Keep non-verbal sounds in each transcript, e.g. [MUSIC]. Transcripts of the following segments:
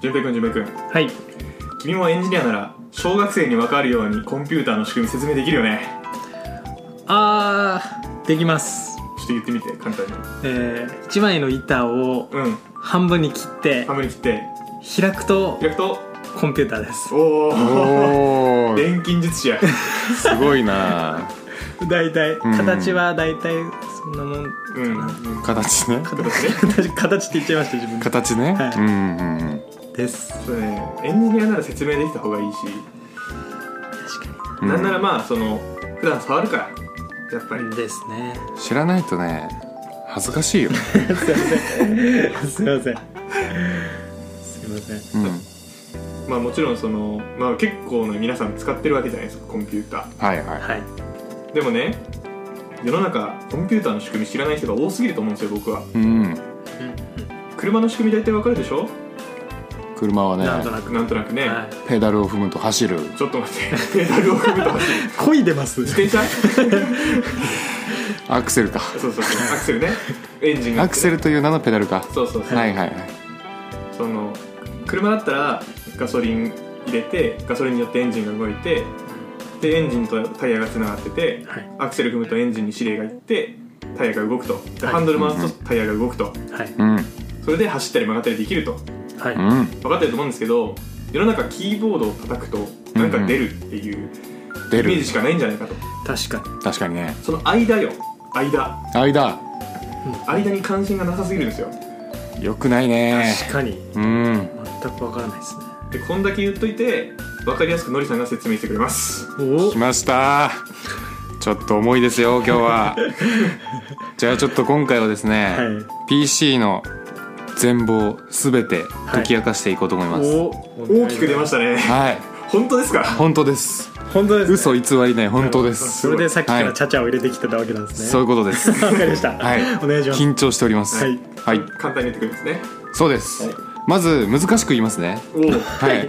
淳平君淳平君はい君もエンジニアなら小学生に分かるようにコンピューターの仕組み説明できるよねあーできますちょっと言ってみて簡単にえー、1枚の板をうん半分に切って半分に切って開くと開くとコンピューターですおおおー錬金術師やすごいな大体ん形は大体そんなもうんんうん形ね形ね形形って言っちゃいました自分で形ね、はいうんうんうんですそうねエンジニアなら説明できた方がいいし、確かうんなんならまあその普段触るからやっぱりにですね知らないとね恥ずかしいよ、すいませんすいませんすいませんうん、まあもちろんその、まあ、結構な皆さん使ってるわけじゃないですかコンピュータはいはいはいーでもね世の中コンピューターの仕組み知らない人が多すぎると思うんですよ僕はうん車の仕組み大体わかるでしょ車はねなんとなくなんとなくね、はいペダルを踏むと走るちょっと待ってペダルを踏むと走る漕いでます自転車アクセルかそうそうそうアクセルねエンジンがアクセルという名のペダルかそうそうそう、はいはいはいその車だったらガソリン入れてガソリンによってエンジンが動いてでエンジンとタイヤがつながっててはいアクセル踏むとエンジンに指令がいってタイヤが動くとではいハンドル回すとタイヤが動くとはいうんそれで走ったり曲がったりできるとはい、うん分かってると思うんですけど世の中キーボードを叩くとなんか出るっていう出イメーるジしかないんじゃないかと確か確かにねその間よ間間間に関心がなさすぎるんですよよくないにね確かにうん全くわからないですねでこんだけ言っといて分かりやすくのりさんが説明してくれますお来ましたちょっと重いですよ今日 [LAUGHS] はじゃあちょっと今回はですね、は PC の全貌すべて解き明かしていこうと思いますはい、お大きく出ましたね本当ですか本当です本当です、ね、嘘偽りない本当ですそれでさっきかはらいチャチャを入れてきてたわけなんですそういねうことですわかりました、はい [LAUGHS] お願いします緊張しておりますはい、はい、簡単に言ってくるんですねそうです、はいまず難しく言いますねおおはい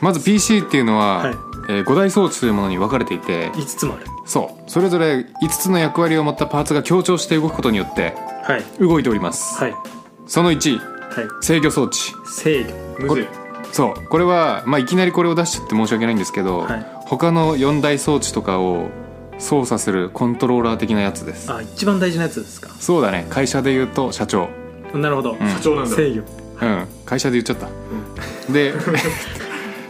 まず PC っていうのは、はいえー五大装置というものに分かれていて5つもあるそうそれぞれ5つの役割を持ったパーツが強調して動くことによってはい動いております、はいその1はい制御装置制御むずいそうこれは、まあ、いきなりこれを出しちゃって申し訳ないんですけど、はい他の4大装置とかを操作するコントローラー的なやつですあ一番大事なやつですかそうだね会社で言うと社長なるほど、社長なんだ制御うん会社で言っちゃった、で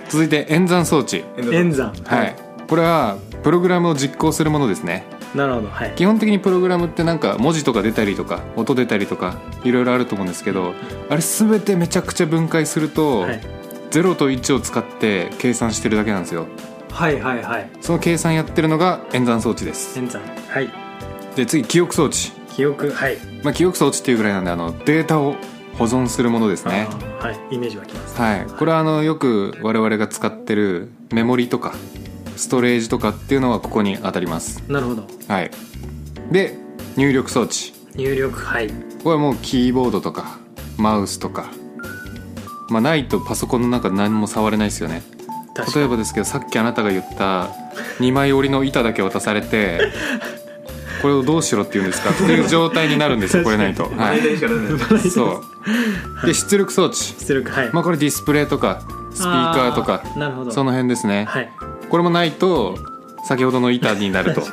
続いて演算装置演算はい、これはプログラムを実行するものですねなるほどはい基本的にプログラムってなんか文字とか出たりとか音出たりとかいろいろあると思うんですけどあれ全てめちゃくちゃ分解すると、はい0と1を使って計算してるだけなんですよはいはいはいその計算やってるのが演算装置です演算はいで次記憶装置、記憶はい、まあ、記憶装置っていうぐらいなんであのデータを保存するものですねあーはいイメージ湧きますはいこれはあのよく我々が使ってるメモリとかストレージとかっていうのはここに当たりますなるほどはいで入力装置入力はいこれはもうキーボードとかマウスとかまあないとパソコンの中何も触れないですよね確か例えばですけどさっきあなたが言った2枚折りの板だけ渡さ [LAUGHS] れてこれをどうしろって言うんですかっていう状態になるんですよこれないと、は間い、にしかならない [LAUGHS] そうで出力装置出力はいまあこれディスプレイとかスピーカーとかあーなるほどその辺ですね、はいこれもないと先ほどの板になるとい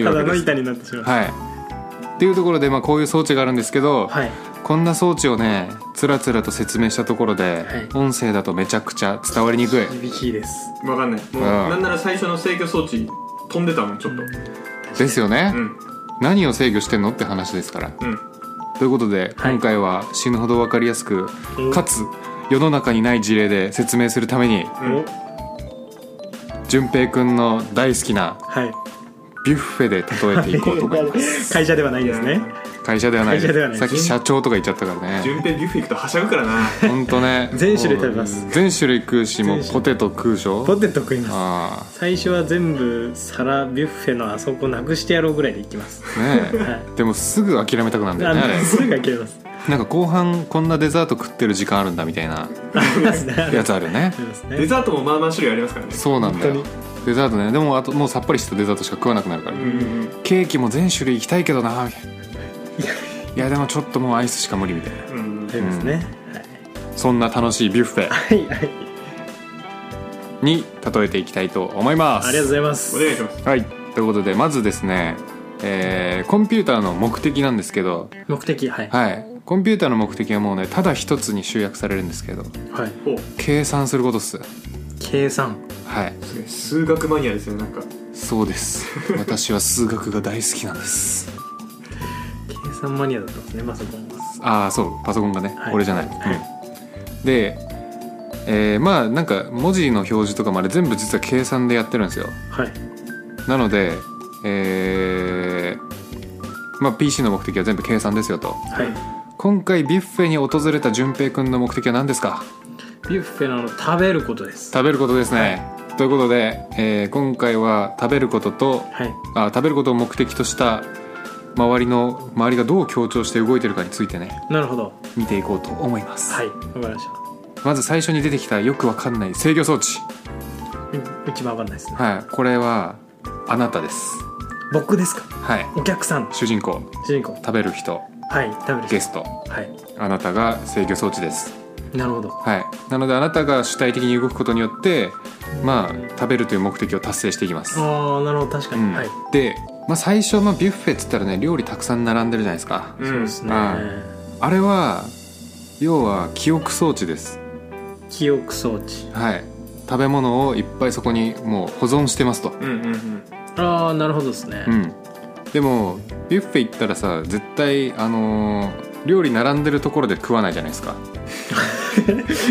[LAUGHS] たうだわけのです板になってしまうはいっていうところでまあこういう装置があるんですけど、はいこんな装置をねつらつらと説明したところで、はい音声だとめちゃくちゃ伝わりにくい響きです分かんないもうああなんなら最初の制御装置飛んでたもんちょっとですよね、うん何を制御してんのって話ですからうんということで、はい今回は死ぬほど分かりやすくうんかつ世の中にない事例で説明するためにうんお淳平くんの大好きなはいビュッフェで例えていこうと思います [LAUGHS] 会社ではないんですいねや会社ではないです会社ではないさっき社長とか言っちゃったからね順平ビュッフェ行くとはしゃぐからなほんとね全種類食べます全種類食うしもう全種類ポテト食うでしょポテト食いますあ最初は全部皿ビュッフェのあそこなくしてやろうぐらいでいきますあねえ、はでもすぐ諦めたくなるんいだよねあれあのすぐ切れ [LAUGHS] ますなんか後半こんなデザート食ってる時間あるんだみたいなありますねありやまつあるよねすデねザートもまあまあ種類ありますからねそうなんだよ本当デザートねでもあともうさっぱりしたデザートしか食わなくなるから、うんうんケーキも全種類いきたいけどな [LAUGHS] みたいないやでもちょっともうアイスしか無理みたいなうんありますねはいそんな楽しいビュッフェはいはいに例えていきたいと思いまあすりがとうございますお願いしますはいということでまずですね、えーコンピューターの目的なんですけど目的はいはいコンピューターの目的はもうねただ一つに集約されるんですけどはいお計算することっす計算はいすごい数学マニアですねなんかそうです [LAUGHS] 私は数学が大好きなんです計算マニアだったんですねまさかああそうパソコンがね、はい俺じゃない、うん、でえーまあなんか文字の表示とかまで全部実は計算でやってるんですよはいなのでえーまあ PC の目的は全部計算ですよとはい今回ビュッフェに訪れた淳平くんの目的は何ですかビュッフェなの食べることです食べることですね、ということで、えー今回は食べることとはいあ食べることを目的とした周りの周りがどう強調して動いてるかについてねなるほど見ていこうと思います、はいわかりましたまず最初に出てきたよくわかんない制御装置う一番わかんないですねはいこれはあなたです僕ですかはいお客さん主人公主人公食べる人はい食べるゲ人ストはいあなたが制御装置ですなるほどはいなのであなたが主体的に動くことによってまあ食べるという目的を達成していきます、ああなるほど確かうに、んはいで、まあ、最初のビュッフェっつったらね料理たくさん並んでるじゃないですかうんそうですね、はあれは要は記憶装置です記憶装置はい食べ物をいっぱいそこにもう保存してますとうんうんうんああなるほどですね、うんでもビュッフェ行ったらさ絶対あのー料理並んでるところで食わないじゃないで [LAUGHS] すか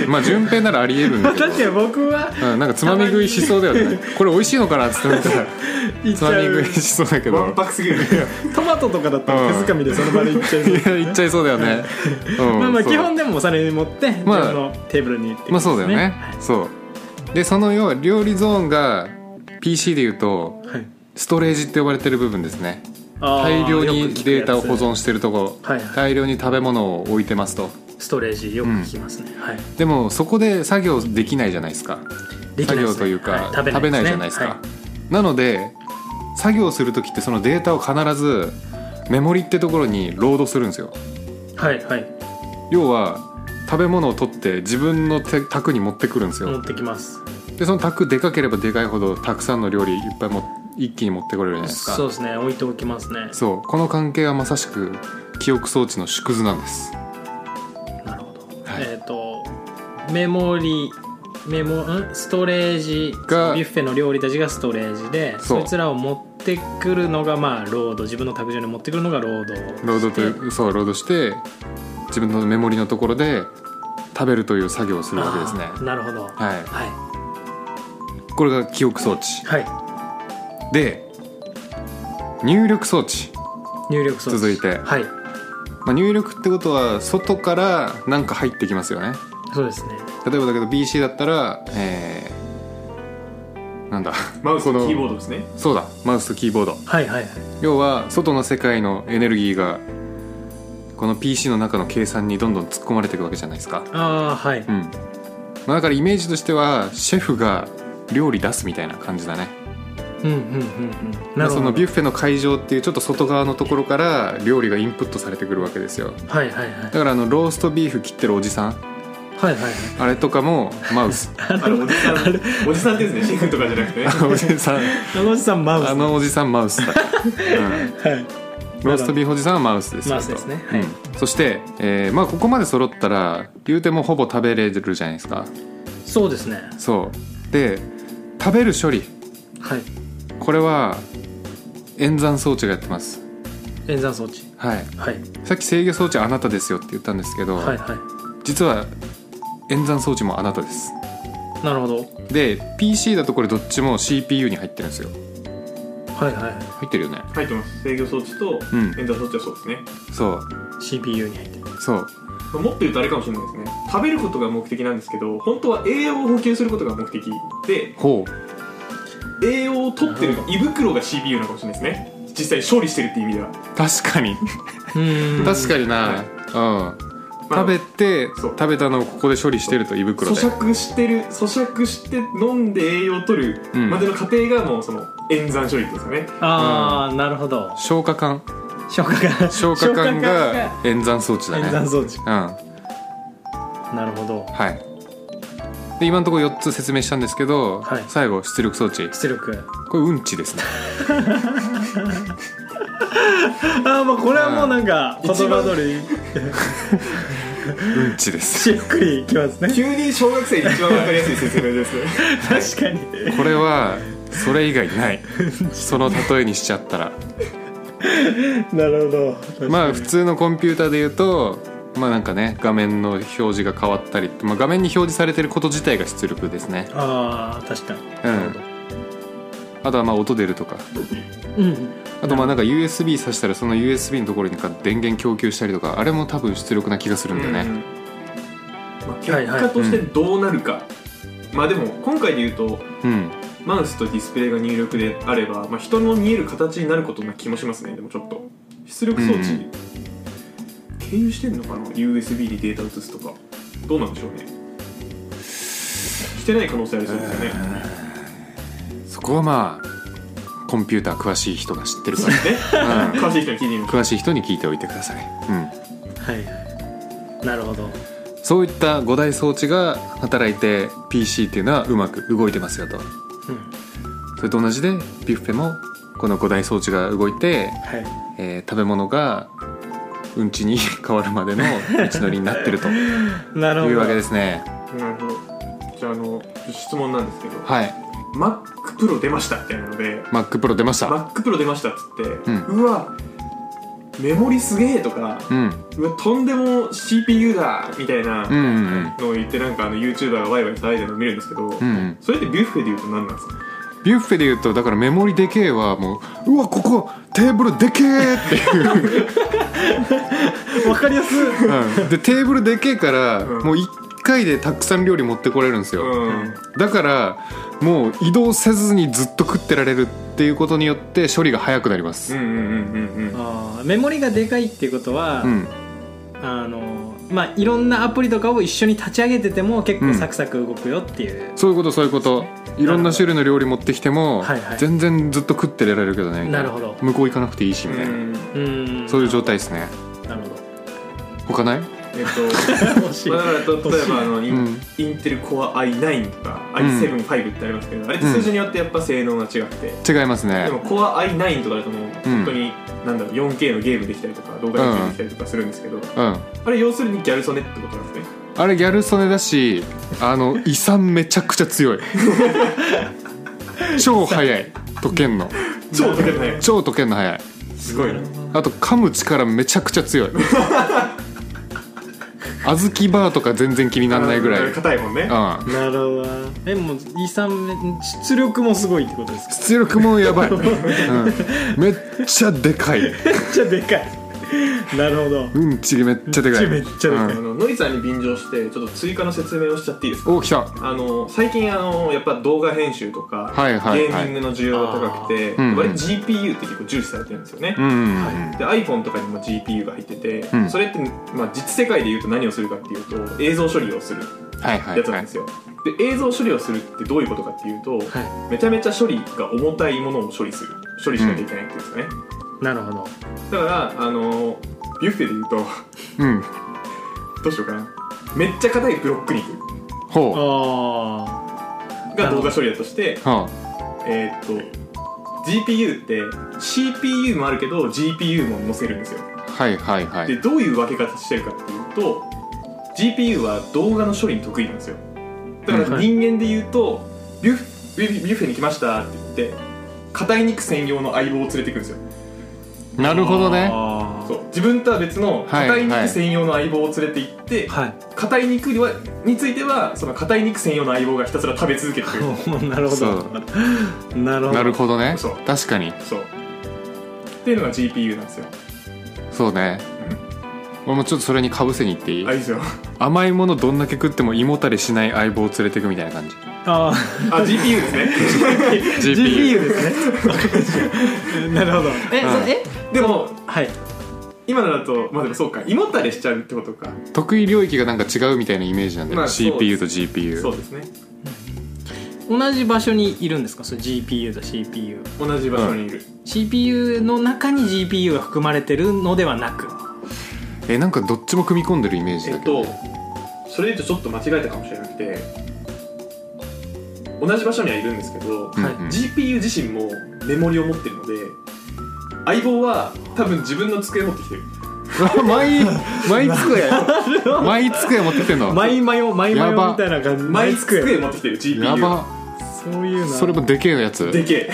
まあ順平ならありえるんだけどだって僕はうん、なんかつまみ食いしそうだよねこれ美味しいのかなっつって思った [LAUGHS] ら行っつちまゃみ食ういしそうだけどわんぱくすぎるトマトとかだったら手づかみでその場で行っちゃう、いや行っちゃいそうだよね、うん、まあまあそう基本でもお皿に持って自まあ分のテーブルに行ってまあそうだよね、そうでその要は料理ゾーンが PC でいうとはいストレージって呼ばれてる部分ですねあー大量よにく聞くやデつータを保存してるところ、はいはい大量に食べ物を置いてますとストレージよく聞きますね、はいでもそこで作業できないじゃないですかできないで作すね業というか、は食べなでいすねじゃないですか、はなので作業する時ってそのデータを必ずメモリってところにロードするんですよはいはい要は食べ物を取って自分の手卓に持ってくるんですよ、持ってきますでその卓でかければでかいほどたくさんの料理いっぱいも一気に持ってこれるじゃないですかそうですね置いておきますねそうこの関係はまさしく記憶装置の縮図なんですなるほど、はいえっ、とメモリメモんストレージがビュッフェの料理たちがストレージでそそういつらを持ってくるのがまあロード自分の卓上に持ってくるのがロードロードというそうロードして自分のメモリのところで食べるという作業をするわけですねあーなるほどははいいこれが記憶装置はいで入力装置、入力装置続いてはいまあ、入力ってことは外からなんか入ってきますよねそうですね例えばだけど BC だったらえー、なんだマウスこのキーボードですねそうだマウスとキーボードはいはいはい要は外の世界のエネルギーがこの PC の中の計算にどんどん突っ込まれていくわけじゃないですかああはい、うん、まあ、だからイメージとしてはシェフが料理出すみたいな感じだねうん、うんうんうんなまあるほどそのビュッフフェの会場っていうちょっと外側のところから料理がインプットされてくるわけですよはいはいはいだからあのローストビーフ切ってるおじさんはいはいはいあれとかもマウ [LAUGHS] スあのおじさんおじさんですねシェフとかじゃなくてねあのおじさんあのおじさんマウスあのおじさんマウスだ、 [LAUGHS] うんはいローストビーフおじさんはマウスですよマウスですねとうん、そして、えーまあ、ここまで揃ったら言うてもほぼ食べれるじゃないですかそうですねそうで食べる処理はいこれは演算装置がやってます演算装置はいはいさっき制御装置あなたですよって言ったんですけど、はいは実は演算装置もあなたですいなるほどで PC だとこれどっちも CPU に入ってるんですよはいはいはい入ってるよね入ってます制御装置とうん演算装置はそうですね、そう CPU に入ってるそうまあもっと言うとあれかもしれないですね食べることが目的なんですけど本当は栄養を補給することが目的でほ栄養を取ってる胃袋が CPU なのかもしれないですね実際に処理してるって意味ではう確かに確確かになうんまあ食べてそう食べたのをここで処理してると胃袋で咀嚼してる咀嚼して飲んで栄養を取るうんまでの過程がもうその演算処理っていうんですかね、ああ、なるほど消化管消化管消化管消化が演算装置だね演算装置うんなるほどはいで今のところ4つ説明したんですけど、はい最後出力装置出力これうんちですねああもうこれはもうなんか言葉通りうんちですしっくりいきますね急に小学生に一番わかりやすい説明です確かにこれはそれ以外ないその例えにしちゃったらなるほどまあ普通のコンピューターで言うとまあなんかね画面の表示が変わったり、まあ、画面に表示されてること自体が出力ですねああ確かにうんあとはまあ音出るとかうんあとまあなんか USB 挿したらその USB のところになんか電源供給したりとかあれも多分出力な気がするんだよね、まあ、結はいはい果としてどうなるか、まあでも今回で言うとうん、マウスとディスプレイが入力であれば、まあ、人の見える形になることな気もしますねでもちょっと出力装置、うん経由してんのかな USB にデータ移すとかどうなんでしょうねしてない可能性ありそうですよね、そこはまあコンピューター詳しい人が知ってる [LAUGHS] かねら、うん詳しい人に聞いてみましょ詳しい人に聞いておいてください、うん、はいはいなるほどそういった5大装置が働いて PC っていうのはうまく動いてますよとうんそれと同じでビュッフェもこの5大装置が動いて、はいえー食べ物がうんちに [LAUGHS] 変わるまでの道のりになってる [LAUGHS] といなるほどうわけですねうなるほどじゃああの質問なんですけど、はい MacPro 出ましたみたいなので MacPro 出ました、 MacPro 出ましたっつって、うんうわメモリすげえとか、うん、うわとんでも CPU だみたいなうんうんうんのを言ってなんかあの YouTuber がワイワイ騒いでるの見るんですけど、うんうんそれってビュッフェで言うと何なんですかビュッフェで言うとだからメモリでけえはもううわここテーブルでけえっ [LAUGHS] ていう、わかりやすいうんでテーブルでけえから、うんもう1回でたくさん料理持ってこれるんですよ、うんだからもう移動せずにずっと食ってられるっていうことによって処理が早くなります、うんうんうんうんあーメモリがでかいっていうことは、うんあのまあいろんなアプリとかを一緒に立ち上げてても結う構んサクサク動くよっていう、そういうことそういうこといろんな種類の料理持ってきても、はいはい全然ずっと食ってられるけどねみたないるほど向こう行かなくていいしみたいな、 [LAUGHS] うんうーんそういう状態ですねなる [LAUGHS] ほど他ない、えっ惜しといまあだから例えばあのイうンんインテルコア i9 とか i7、5ってありますけどあれって数字によってやっぱ性能が違って、違いますねでもコア i9 とかだともう本当に、なんだろう 4K のゲームできたりとか動画編集できたりとかするんですけど、うんあれ要するにギャルソネってことなんですねあれギャル曽根だしあの胃酸めちゃくちゃ [LAUGHS] 強い超早い溶けんの超高くない超溶けんの早いすごいなあと噛む力めちゃくちゃ強い小豆バーとか全然気にならないぐらい、あうのん、硬いもんねなるほどなえもう遺産め出力もすごいってことですか出力もやばい、うん、めっちゃでかいめっちゃでかいなるほどうんちめっちゃでかいめっちゃでかいあののりさんに便乗してちょっと追加の説明をしちゃっていいですかうんお来たあの最近あのやっぱ動画編集とか、はいはいはゲいーミングの需要が高くて、ーうんうん割と GPU って結構重視されてるんですよね、うんうんうん、で iPhone とかにも GPU が入ってて、んそれって、まあ、実世界でいうと何をするかっていうと映像処理をするはいはいやつはなんいですよ、で映像処理をするってどういうことかっていうと、はめちゃめちゃ処理が重たいものを処理する処理しなきゃいけないっていうんですかね、いなるほどだからあのビュッフェで言うと [LAUGHS] うんどうしようかなめっちゃ硬いブロック肉ほあが動画処理だとしてうはえーっと GPU って CPU もあるけど GPU も載せるんですよあはいはいはでいどういう分け方してるかっていうと GPU は動画の処理に得意なんですよだから人間で言うと、ビュッフビュッビュッフェに来ましたって言って硬い肉専用の相棒を連れてくるんですよなるほどねあそう自分とは別の硬い肉専用の相棒を連れて行ってーはい硬い肉にはについてはその硬い肉専用の相棒がひたすら食べ続けてくるお [LAUGHS] ーなるほそどなるほどなるほどねそう確かにそうっていうのが GPU なんですよそうね俺もちょっとそれにかぶせに行っていいあいいですよ甘いものどんだけ食っても胃もたれしない相棒を連れてくみたいな感じあーあ GPU です [LAUGHS] ね GPU ですね [LAUGHS] なるほどえ、うんそえでもはい今のだとまあでもそうか胃もたれしちゃうってことか得意領域がなんか違うみたいなイメージなんだよ、まあそう CPU と GPU そうですね同じ場所にいるんですかそれ GPU と CPU 同じ場所にいる、 CPU の中に GPU が含まれてるのではなくえなんかどっちも組み込んでるイメージえだっけど、とねそれ言うとちょっと間違えたかもしれなくて同じ場所にはいるんですけど、うんはいうん GPU 自身もメモリを持ってるので相棒は多分自分の机持ってきてるうわ [LAUGHS] 毎 [LAUGHS] 毎机毎机持ってきてんのマイマヨマイマやヨばみたいな感じ毎机机持ってきてる GPU やばそういうのそれもでけえやでつけ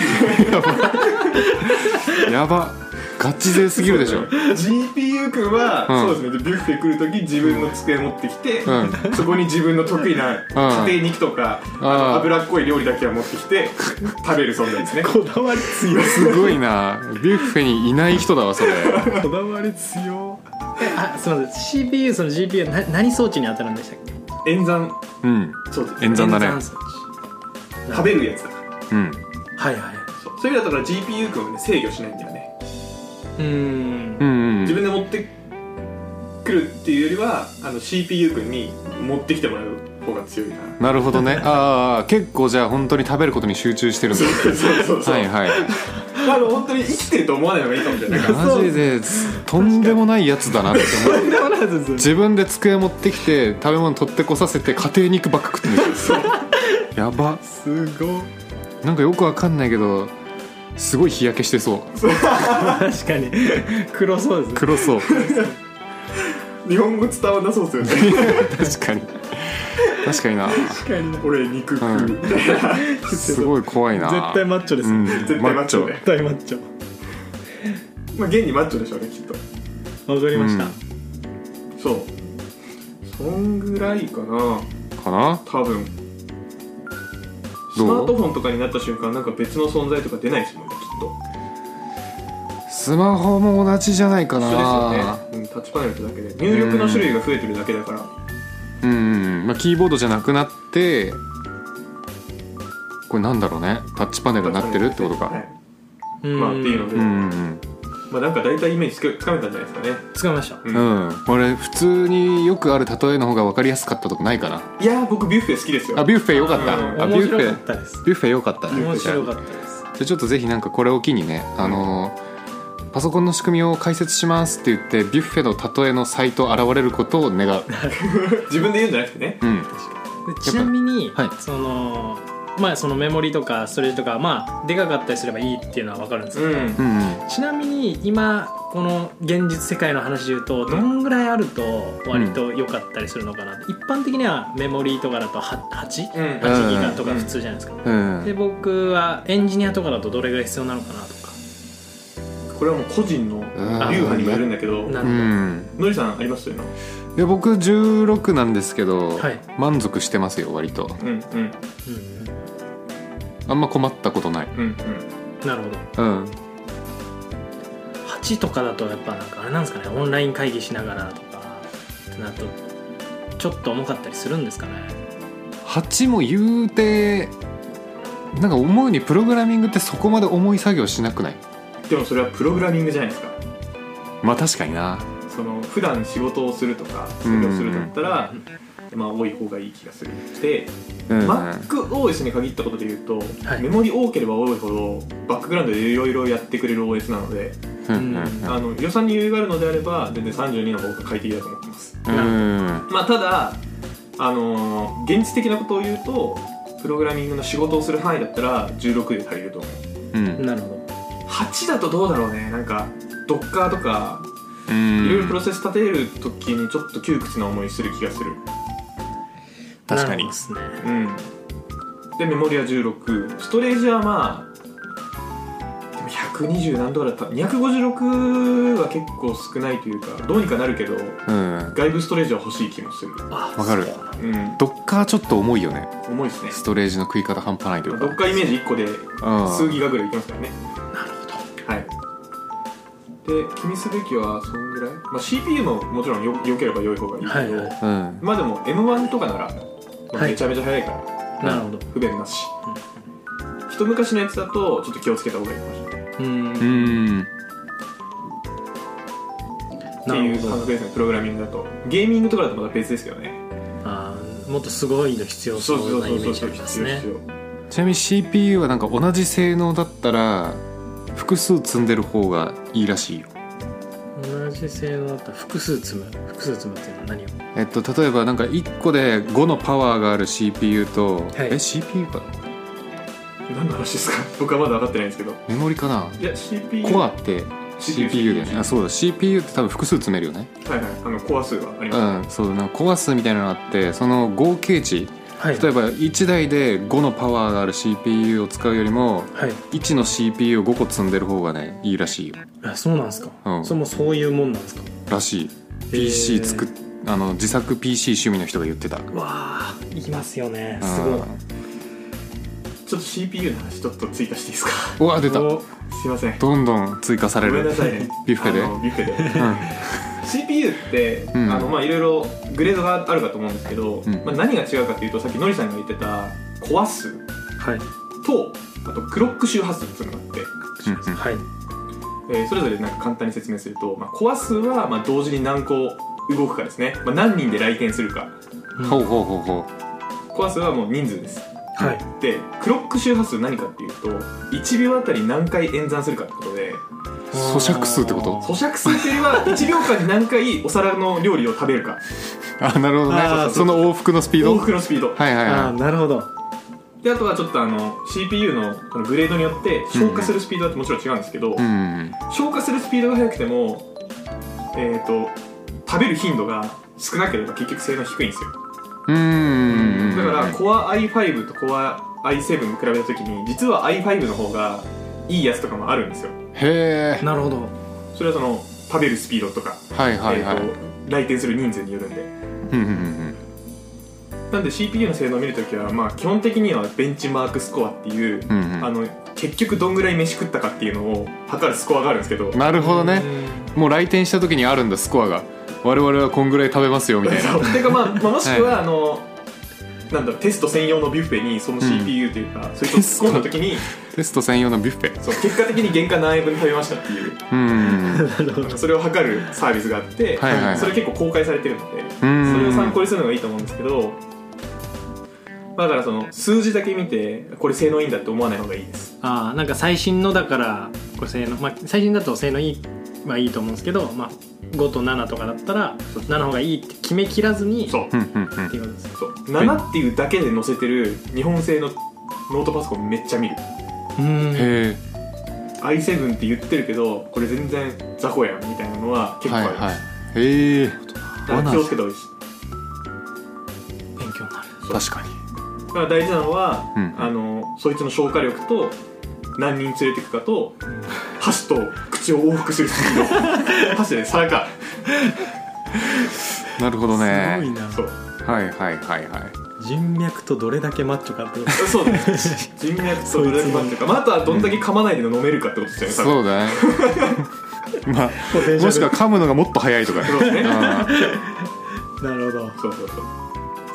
やばガチ勢すぎるでし [LAUGHS] ょうえ GPU 君は、うんそうですねビュッフェ来るとき自分の机持ってきて、[LAUGHS] うそこに自分の得意な家庭肉とか、うんああのー脂っこい料理だけは持ってきて食べる存在ですねこだわり強いすごいなビュッフェにいない人だわそれ [LAUGHS] こだわり強あすみません CPU その GPU な何装置に当たるんでしたっけ演算うんそうです演算だね演装置食べるやつだからうんはいはいそうそういう意味だから GPU 君はね制御しないんだよねうーんうんうん自分で持ってくるっていうよりはあの CPU 君に持ってきてもらう方が強いかななるほどねああ結構じゃあ本当に食べることに集中してるん [LAUGHS] だそうそうそう、はいはいあの本当に生きてると思わないのがいいかもしれないからマジでとんでもないやつだなって思うこだわらずず自分で机持ってきて食べ物取ってこさせて家庭肉ばっか食ってるんですよやばすごいなんかよくわかんないけどすごい日焼けしてそう確かに黒そうですね黒そう日本語伝わんなそうですよね確かに確かにな確かにな [LAUGHS] 俺肉食ううみたいなすごい怖いな絶対マッチョですうよ、ん絶対マッチョね絶対マッチョ [LAUGHS] まあ現にマッチョでしょうねきっとわかりました、うんそうそんぐらいかなかな多分スどうマートフォンとかになった瞬間なんか別の存在とか出ないですもんねきっとスマホも同じじゃないか一緒ですよなね、うん、タッチパネルってだけで入力の種類が増えてるだけだからうんうん、まあ、キーボードじゃなくなってこれなんだろうねタッチパネルになってるってことはかいまあっていうので、うんうんまあなんか大体イメージつけつかめたんじゃないですかね使いましたうん、うん、俺普通によくある例えの方が分かりやすかったとこないかないやー僕ビュッフェ好きですよあビュッフェよかった、うんあビュ面白ッフかェったですビュッフェよかったね面白かったですじゃあちょっとぜひなんかこれを機にね、あのーパソコンの仕組みを解説しますって言ってビュッフェの例えのサイト現れることを願う、自分で言うんじゃなくてねうん、でちなみに、はいそのまあそのメモリとかストレージとかまあでかかったりすればいいっていうのはわかるんですけうど、んうんちなみに今この現実世界の話で言うとどんぐらいあると割と良かったりするのかな、一般的にはメモリとかだと 8?8 うんうんギガとか普通じゃないですか、うんうんで僕はエンジニアとかだとどれぐらい必要なのかなとかこれはもう個人の流派にもよるんだけどなうるんのりさんありますそういうのいや僕16なんですけど、はい満足してますよ割とうんうんほど、うんあんま困ったことないうんうんなるほどうん8とかだとやっぱなんかあれなんですかねオンライン会議しながらとかってなるとちょっと重かったりするんですかね8も言うてなんか思うにプログラミングってそこまで重い作業しなくないうんでもそれはプログラミングじゃないですかまあ確かになその普段仕事をするとか作業するんだったらまあ多い方がいい気がするでうん、 MacOS に限ったことで言うとはいメモリ多ければ多いほどバックグラウンドでいろいろやってくれる OS なのでうんあの予算に余裕があるのであれば全然32の方が快適だと思ってますうんうんまあただあのー現実的なことを言うとプログラミングの仕事をする範囲だったら16で足りると思ううんなるほど8だとどうだろうねなんかドッカーとかうんいろいろプロセス立てる時にちょっと窮屈な思いする気がする確かになるほどですねうんでメモリは16ストレージはまあでも120何度だった256は結構少ないというかどうにかなるけどうん外部ストレージは欲しい気もするあわかるそううんドッカーちょっと重いよね重いですねストレージの食い方半端ないといドうかッカーイメージ1個でうん数ギガぐらいいきますからねなるほどはいで気にすべきはそんぐらい、まあ、CPU ももちろんよ良ければ良い方がいいけど、はいはいうんまあでも M1 とかなら、まあはいめちゃめちゃ早いからなるほど不便なし、一昔のやつだとちょっと気をつけた方がいいかもしれないっうんうんてないるうほ感覚どですねプログラミングだとゲーミングとかだとまた別ですけどねあーもっとすごいの必要そうなイメージありますね必要ちなみに CPU はなんか同じ性能だったら複数積んでる方がいいらしいよ同じ性能だったら複数積む複数積むっていうのは何をえっと、例えばなんか1個で5のパワーがある CPU と、はいえ CPU か何の話ですか僕はまだ分かってないんですけどメモリかないや CPU コはアって CPU CPU だよねあそうだ CPU って多分複数詰めるよねいはいあのコア数はありうまんそうだなんかコア数みたいなのがあってその合計値はい例えば1台で5のパワーがある CPU を使うよりもはい1の CPU を5個積んでる方がねいいらしいよあそうなんですか、うんそれもそういうもんなんですからしいへー PC 作っあの自作 PC 趣味の人が言ってたすわあいきますよねすごいすちょっと CPU の話ちょっと追加していいですかうわ出たおすいませんどんどん追加されごるめんなさいねビュッフェであのビュッフェでうん CPU って、うんあのまあいろいろグレードがあるかと思うんですけど、うんまあ、何が違うかっていうとさっきのりさんが言ってたコア数はいとあとクロック周波数っていうのがあってうんうんはいえーそれぞれなんか簡単に説明すると、まあ、コア数はまあ同時に何個動くかですね、まあ、何人で来店するかほうほうほうほコア数はもう人数ですはいでクロック周波数何かっていうと1秒あたり何回演算するかってことで咀嚼数ってこと咀嚼数っていうより [LAUGHS] は1秒間に何回お皿の料理を食べるかあなるほどねあーその往復のスピード往は復のスピードいはいああはーなるほどであとはちょっとあの CPU のあのグレードによって消化するスピードだってもちろん違うんですけど、いうん消化するスピードが速くてもえっ、と食べる頻度が少なければ結局性能低いんですようんうんうんだからこ Core i5 と Core i7 に比べた時に実は i5 の方がいいやつとかもあるんですよへえなるほどそれはその食べるスピードとか、はいはいはいえーと来店する人数によるんでうんうんうんなんで CPU の性能を見るときは、まあ、基本的にはベンチマークスコアっていう、うんうんあの結局どんぐらい飯食ったかっていうのを測るスコアがあるんですけどなるほどねもう来店した時にあるんだスコアが我々はこんぐらい食べますよみたい [LAUGHS] なそうてか、まあ、まあもしくは、はあのなんだろうテスト専用のビュッフェにその CPU というか、それと突っ込んだ時 [LAUGHS] にテスト専用のビュッフェそう結果的に原価何円分食べましたっていううんうんうんなるほどそれを測るサービスがあって、はいはいはいそれ結構公開されてるので、うんそれを参考にするのがいいと思うんですけど、まあだからその数字だけ見てこれ性能いいんだって思わない方がいいですああなんか最新のだからこれ性能、まあ、最新だと性能いいはいいと思うんですけど、まあ、5と7とかだったら7の方がいいって決めきらずにそうううんうんうんっていうことですねそう7っていうだけで載せてる日本製のノートパソコンめっちゃ見るうんへえ i7 って言ってるけどこれ全然雑魚やんみたいなのは結構あはいる、はいへえだから気をつけた方がいいです勉強になる確かにだから大事なのは、うんあのそいつの消化力と何人連れてくかと箸と口を往復するスピー [LAUGHS] ド箸で皿かなるほどねすごいなそうはいはいはいはい人脈とどれだけマッチョかってことそうね人脈とブラックマンというか、まあ、あとはどんだけ噛まないで飲めるかってことですよね多分そうだねまあポテンシャル [LAUGHS] もしくは噛むのがもっと早いとかそうですねなるほどそうそうそう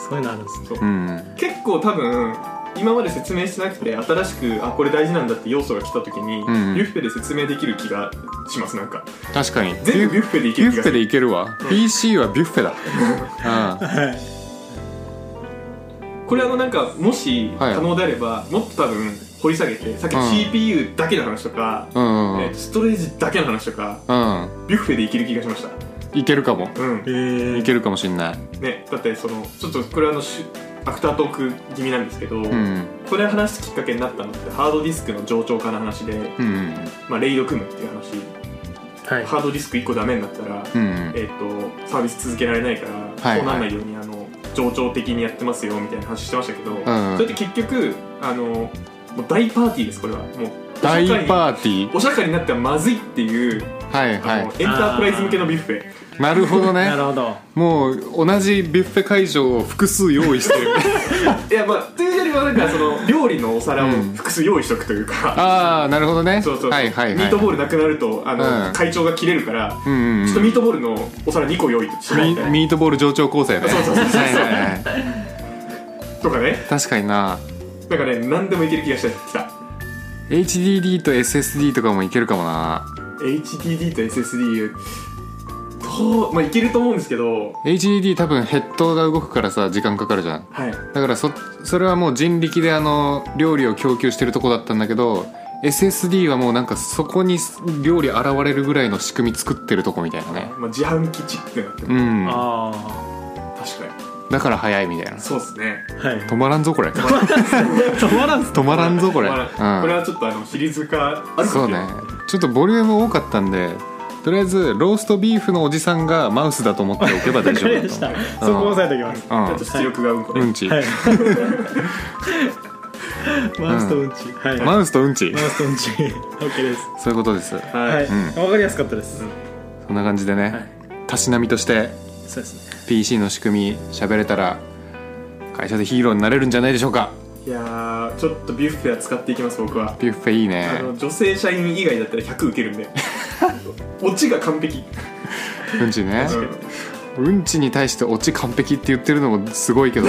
そういうのあるんですねうんうん結構多分今まで説明してなくて新しくあこれ大事なんだって要素が来た時に、んうんビュッフェで説明できる気がしますなんか確かに全部ビュッフェでいけビるュッ気がフするェでいけるわ PC はビュッフェだうんはいこれあのなんかもしはい可能であれば、もっと多分掘り下げてさっきうん CPU だけの話とか、うんうんうえーんストレージだけの話とかうんビュッフェでいける気がしましたいけるかもうんえーいけるかもしんないねだってそのちょっとこれあのしアフタートーク気味なんですけど、うんこれ話すきっかけになったのってハードディスクの冗長化の話で、うんうんまあ、レイド組むっていう話、はいハードディスク1個ダメになったら、うんうんえっとサービス続けられないから、はいそうなんないようにあの冗長的にやってますよみたいな話してましたけど、んうんそれって結局あのもう大パーティーですこれはもう大ーパーティーお釈迦になってはまずいっていうはいあの、はエンタープライズ向けのビュッフェいなるほどなねるほどもう同じビュッフェ会場を複数用意してるいやまあというよりはなんかその料理のお皿を複数用意しとくというか、ああなるほどねそうそう、はいはいミはーいトボールなくなるとあの、うん会長が切れるから、うんうんちょっとミートボールのお皿2個用意しないミみたいなミートボール上長構成ねそうそうそうそうはいはいはいとかね確かにななんかね何でもいける気がしてきた HDD と SSD とかもいけるかもな HDD と SSD とまあいけると思うんですけど HDD 多分ヘッドが動くからさ時間かかるじゃんはいだからそそれはもう人力であの料理を供給してるとこだったんだけど SSD はもうなんかそこに料理現れるぐらいの仕組み作ってるとこみたいなねまあ、自販機チップになってうもんあ確かにだから早いみたいなそうですねあはい止まらんぞこれ止 [LAUGHS] 止まらんすまらんぞこれ、うまあこれん、はちょっとあのシリーズ化あるかそもうしれねないちょっとボリューム多かったんでとりあえずローストビーフのおじさんがマウスだと思っておけばわ大か丈夫だりとました思そこ押さえておきまちすょっと出力がうんこうで、うん、うんち、はいマウスとうんちはいママウスとうんちウスとうんち [LAUGHS] OK ですそういうことですははいい、うんわかりやすかったですそんな感じでね、はいたしなみとしてそうですね PC の仕組み喋れたら会社でヒーローになれるんじゃないでしょうかいやーちょっとビュッフェは使っていきます僕はビュッフェいいあねの女性社員以外だったら100受ける [LAUGHS] んでオチが完璧うんちね確かうんちに対してオチ完璧って言ってるのもすごい [LAUGHS] けど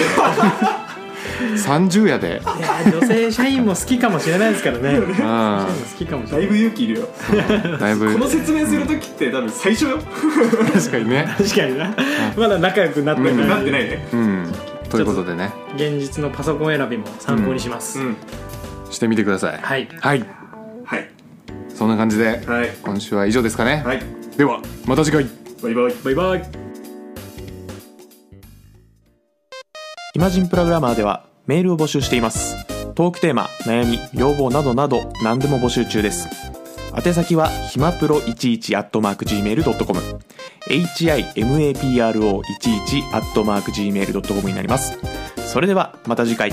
30やでいやー女性社員も好きかもしれないですからね [LAUGHS] 女性うん社員も好きかもしだいれないぶ勇気いるよだいぶこの説明する時って多分最初よ確かにね確かになまだ仲良くなってうんなってないいねうんということでね現実のパソコン選びも参考にしまうすんしてみてくださいはいはいはいそんな感じではい今週は以上ですかねはいではまた次回バイバイバイバイイマジンプログラマーではメールを募集していますトークテーマ悩み要望などなど何でも募集中です宛先はひまプロ11 at mark gmail.com himapro11 at mark gmail.com になりますそれではまた次回